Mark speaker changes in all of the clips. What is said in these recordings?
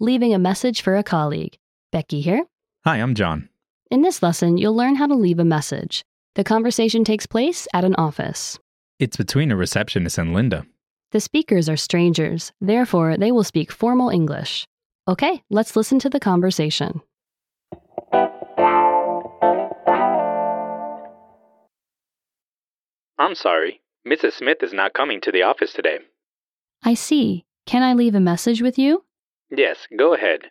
Speaker 1: leaving a message for a colleague. Becky here.
Speaker 2: Hi, I'm John.
Speaker 1: In this lesson, you'll learn how to leave a message. The conversation takes place at an office.
Speaker 2: It's between a receptionist and Linda.
Speaker 1: The speakers are strangers, therefore, they will speak formal English. Okay, let's listen to the conversation.
Speaker 3: I'm sorry. Mrs. Smith is not coming to the office today.
Speaker 1: I see. Can I leave a message with you?
Speaker 3: Yes, go ahead.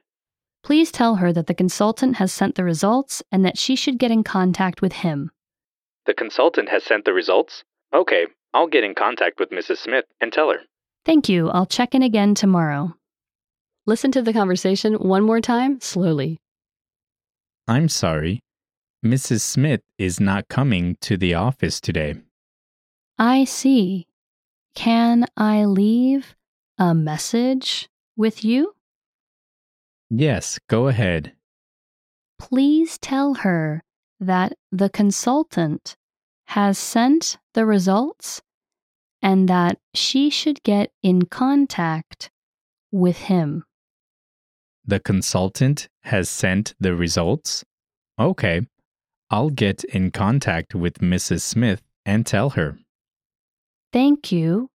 Speaker 1: Please tell her that the consultant has sent the results and that she should get in contact with him.
Speaker 3: The consultant has sent the results? Okay, I'll get in contact with Mrs. Smith and tell her.
Speaker 1: Thank you. I'll check in again tomorrow. Listen to the conversation one more time slowly.
Speaker 2: I'm sorry. Mrs. Smith is not coming to the office today.
Speaker 1: I see. Can I leave a message with you?
Speaker 2: Yes, go ahead.
Speaker 1: Please tell her that the consultant has sent the results and that she should get in contact with him.
Speaker 2: The consultant has sent the results? Okay, I'll get in contact with Mrs. Smith and tell her.
Speaker 1: Thank you.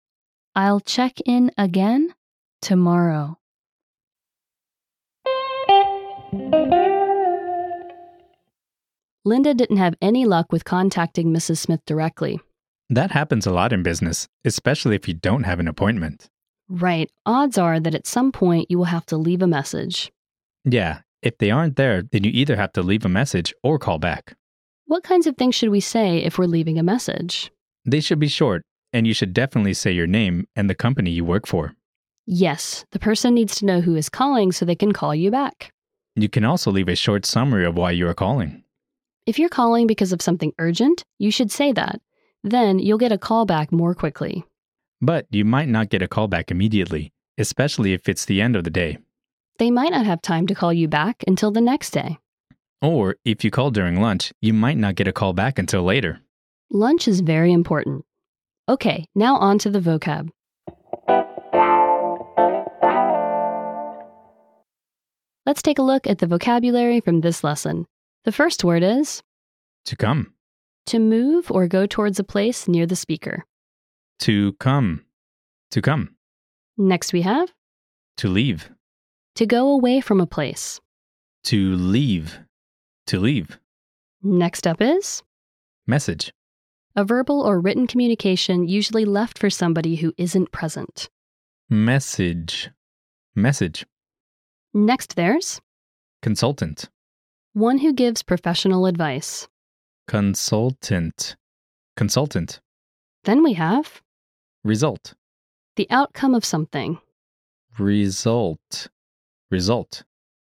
Speaker 1: I'll check in again tomorrow. Linda didn't have any luck with contacting Mrs. Smith directly.
Speaker 2: That happens a lot in business, especially if you don't have an appointment.
Speaker 1: Right, odds are that at some point you will have to leave a message.
Speaker 2: Yeah, if they aren't there, then you either have to leave a message or call back.
Speaker 1: What kinds of things should we say if we're leaving a message?
Speaker 2: They should be short, and you should definitely say your name and the company you work for.
Speaker 1: Yes, the person needs to know who is calling so they can call you back.
Speaker 2: You can also leave a short summary of why you are calling.
Speaker 1: If you're calling because of something urgent, you should say that. Then you'll get a call back more quickly.
Speaker 2: But you might not get a call back immediately, especially if it's the end of the day.
Speaker 1: They might not have time to call you back until the next day.
Speaker 2: Or if you call during lunch, you might not get a call back until later.
Speaker 1: Lunch is very important. Okay, now on to the vocab. Let's take a look at the vocabulary from this lesson. The first word is
Speaker 2: To come.
Speaker 1: to move or go towards a place near the speaker.
Speaker 2: To come. To come.
Speaker 1: Next, we have
Speaker 2: To leave.
Speaker 1: to go away from a place.
Speaker 2: To leave. To leave.
Speaker 1: Next up is
Speaker 2: Message.
Speaker 1: a verbal or written communication usually left for somebody who isn't present.
Speaker 2: Message. Message.
Speaker 1: Next, there's
Speaker 2: Consultant.
Speaker 1: one who gives professional advice.
Speaker 2: Consultant. Consultant.
Speaker 1: Then we have
Speaker 2: Result.
Speaker 1: the outcome of something.
Speaker 2: Result. Result.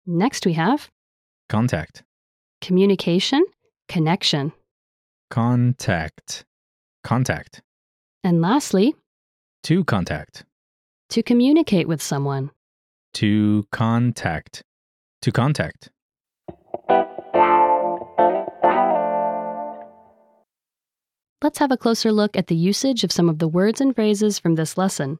Speaker 1: Next, we have
Speaker 2: Contact.
Speaker 1: communication, connection.
Speaker 2: Contact. Contact.
Speaker 1: And lastly,
Speaker 2: To contact.
Speaker 1: to communicate with someone.
Speaker 2: To contact. To contact.
Speaker 1: Let's have a closer look at the usage of some of the words and phrases from this lesson.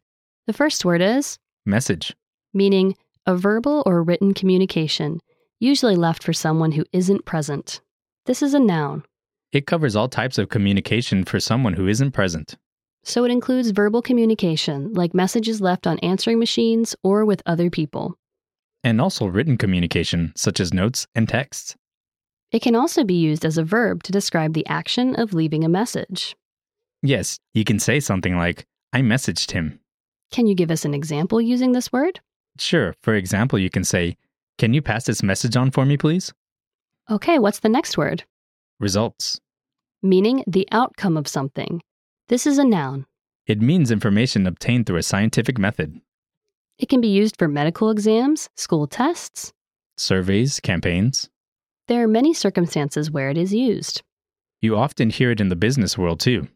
Speaker 1: The first word is,
Speaker 2: Message.
Speaker 1: meaning a verbal or written communication, usually left for someone who isn't present. This is a noun,
Speaker 2: It covers all types of communication for someone who isn't present.
Speaker 1: so it includes verbal communication, like messages left on answering machines or with other people.
Speaker 2: And also written communication, such as notes and texts.
Speaker 1: It can also be used as a verb to describe the action of leaving a message.
Speaker 2: Yes, you can say something like, I messaged him.
Speaker 1: Can you give us an example using this word?
Speaker 2: Sure, for example, you can say, Can you pass this message on for me, please?
Speaker 1: Okay, what's the next word?
Speaker 2: Results.
Speaker 1: Meaning the outcome of something. This is a noun.
Speaker 2: It means information obtained through a scientific method.
Speaker 1: It can be used for medical exams, school tests.
Speaker 2: Surveys, campaigns.
Speaker 1: There are many circumstances where it is used.
Speaker 2: You often hear it in the business world too.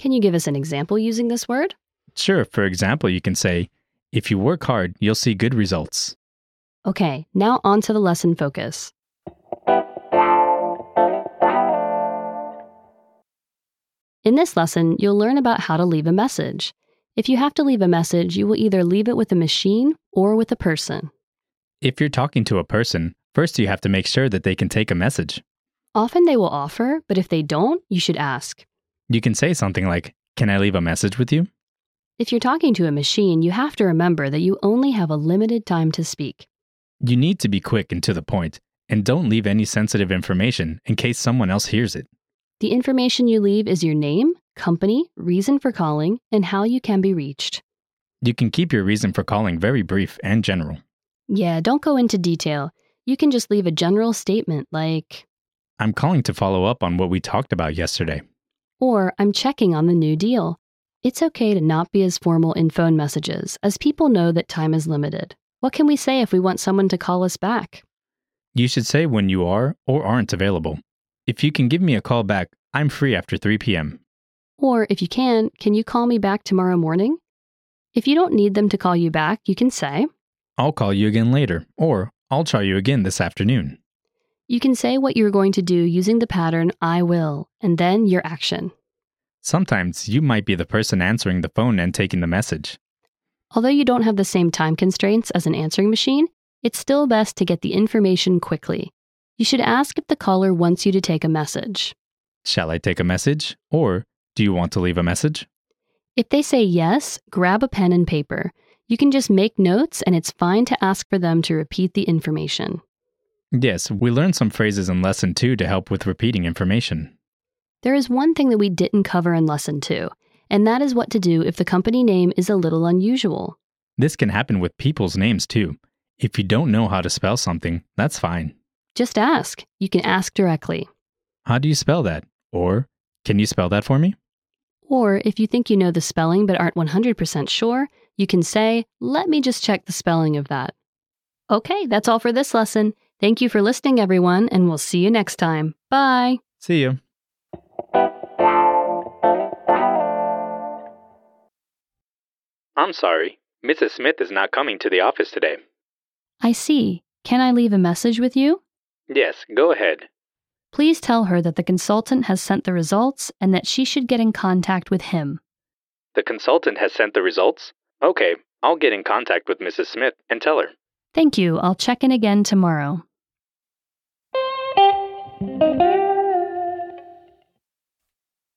Speaker 1: Can you give us an example using this word?
Speaker 2: Sure, for example, you can say, If you work hard, you'll see good results.
Speaker 1: Okay, now on to the lesson focus. In this lesson, you'll learn about how to leave a message. If you have to leave a message, you will either leave it with a machine or with a person.
Speaker 2: If you're talking to a person, first you have to make sure that they can take a message.
Speaker 1: Often they will offer, but if they don't, you should ask.
Speaker 2: You can say something like, Can I leave a message with you?
Speaker 1: If you're talking to a machine, you have to remember that you only have a limited time to speak.
Speaker 2: You need to be quick and to the point, and don't leave any sensitive information in case someone else hears it.
Speaker 1: The information you leave is your name, company, reason for calling, and how you can be reached.
Speaker 2: You can keep your reason for calling very brief and general.
Speaker 1: Yeah, don't go into detail. You can just leave a general statement like,
Speaker 2: I'm calling to follow up on what we talked about yesterday.
Speaker 1: or I'm checking on the new deal. It's okay to not be as formal in phone messages, as people know that time is limited. What can we say if we want someone to call us back?
Speaker 2: You should say when you are or aren't available. If you can give me a call back, I'm free after 3 p.m.
Speaker 1: Or if you can, can you call me back tomorrow morning? If you don't need them to call you back, you can say,
Speaker 2: I'll call you again later, or I'll try you again this afternoon.
Speaker 1: you can say what you're going to do using the pattern I will, and then your action.
Speaker 2: Sometimes you might be the person answering the phone and taking the message.
Speaker 1: Although you don't have the same time constraints as an answering machine, it's still best to get the information quickly. You should ask if the caller wants you to take a message.
Speaker 2: Shall I take a message? Or do you want to leave a message?
Speaker 1: If they say yes, grab a pen and paper. You can just make notes, and it's fine to ask for them to repeat the information.
Speaker 2: Yes, we learned some phrases in lesson 2 to help with repeating information.
Speaker 1: There is one thing that we didn't cover in lesson two, and that is what to do if the company name is a little unusual.
Speaker 2: This can happen with people's names too. If you don't know how to spell something, that's fine.
Speaker 1: Just ask. You can ask directly.
Speaker 2: How do you spell that? Or can you spell that for me?
Speaker 1: Or if you think you know the spelling but aren't 100% sure, you can say, Let me just check the spelling of that. Okay, that's all for this lesson. Thank you for listening, everyone, and we'll see you next time. Bye.
Speaker 2: See you.
Speaker 3: I'm sorry. Mrs. Smith is not coming to the office today.
Speaker 1: I see. Can I leave a message with you?
Speaker 3: Yes, go ahead.
Speaker 1: Please tell her that the consultant has sent the results and that she should get in contact with him.
Speaker 3: The consultant has sent the results? Okay, I'll get in contact with Mrs. Smith and tell her.
Speaker 1: Thank you. I'll check in again tomorrow.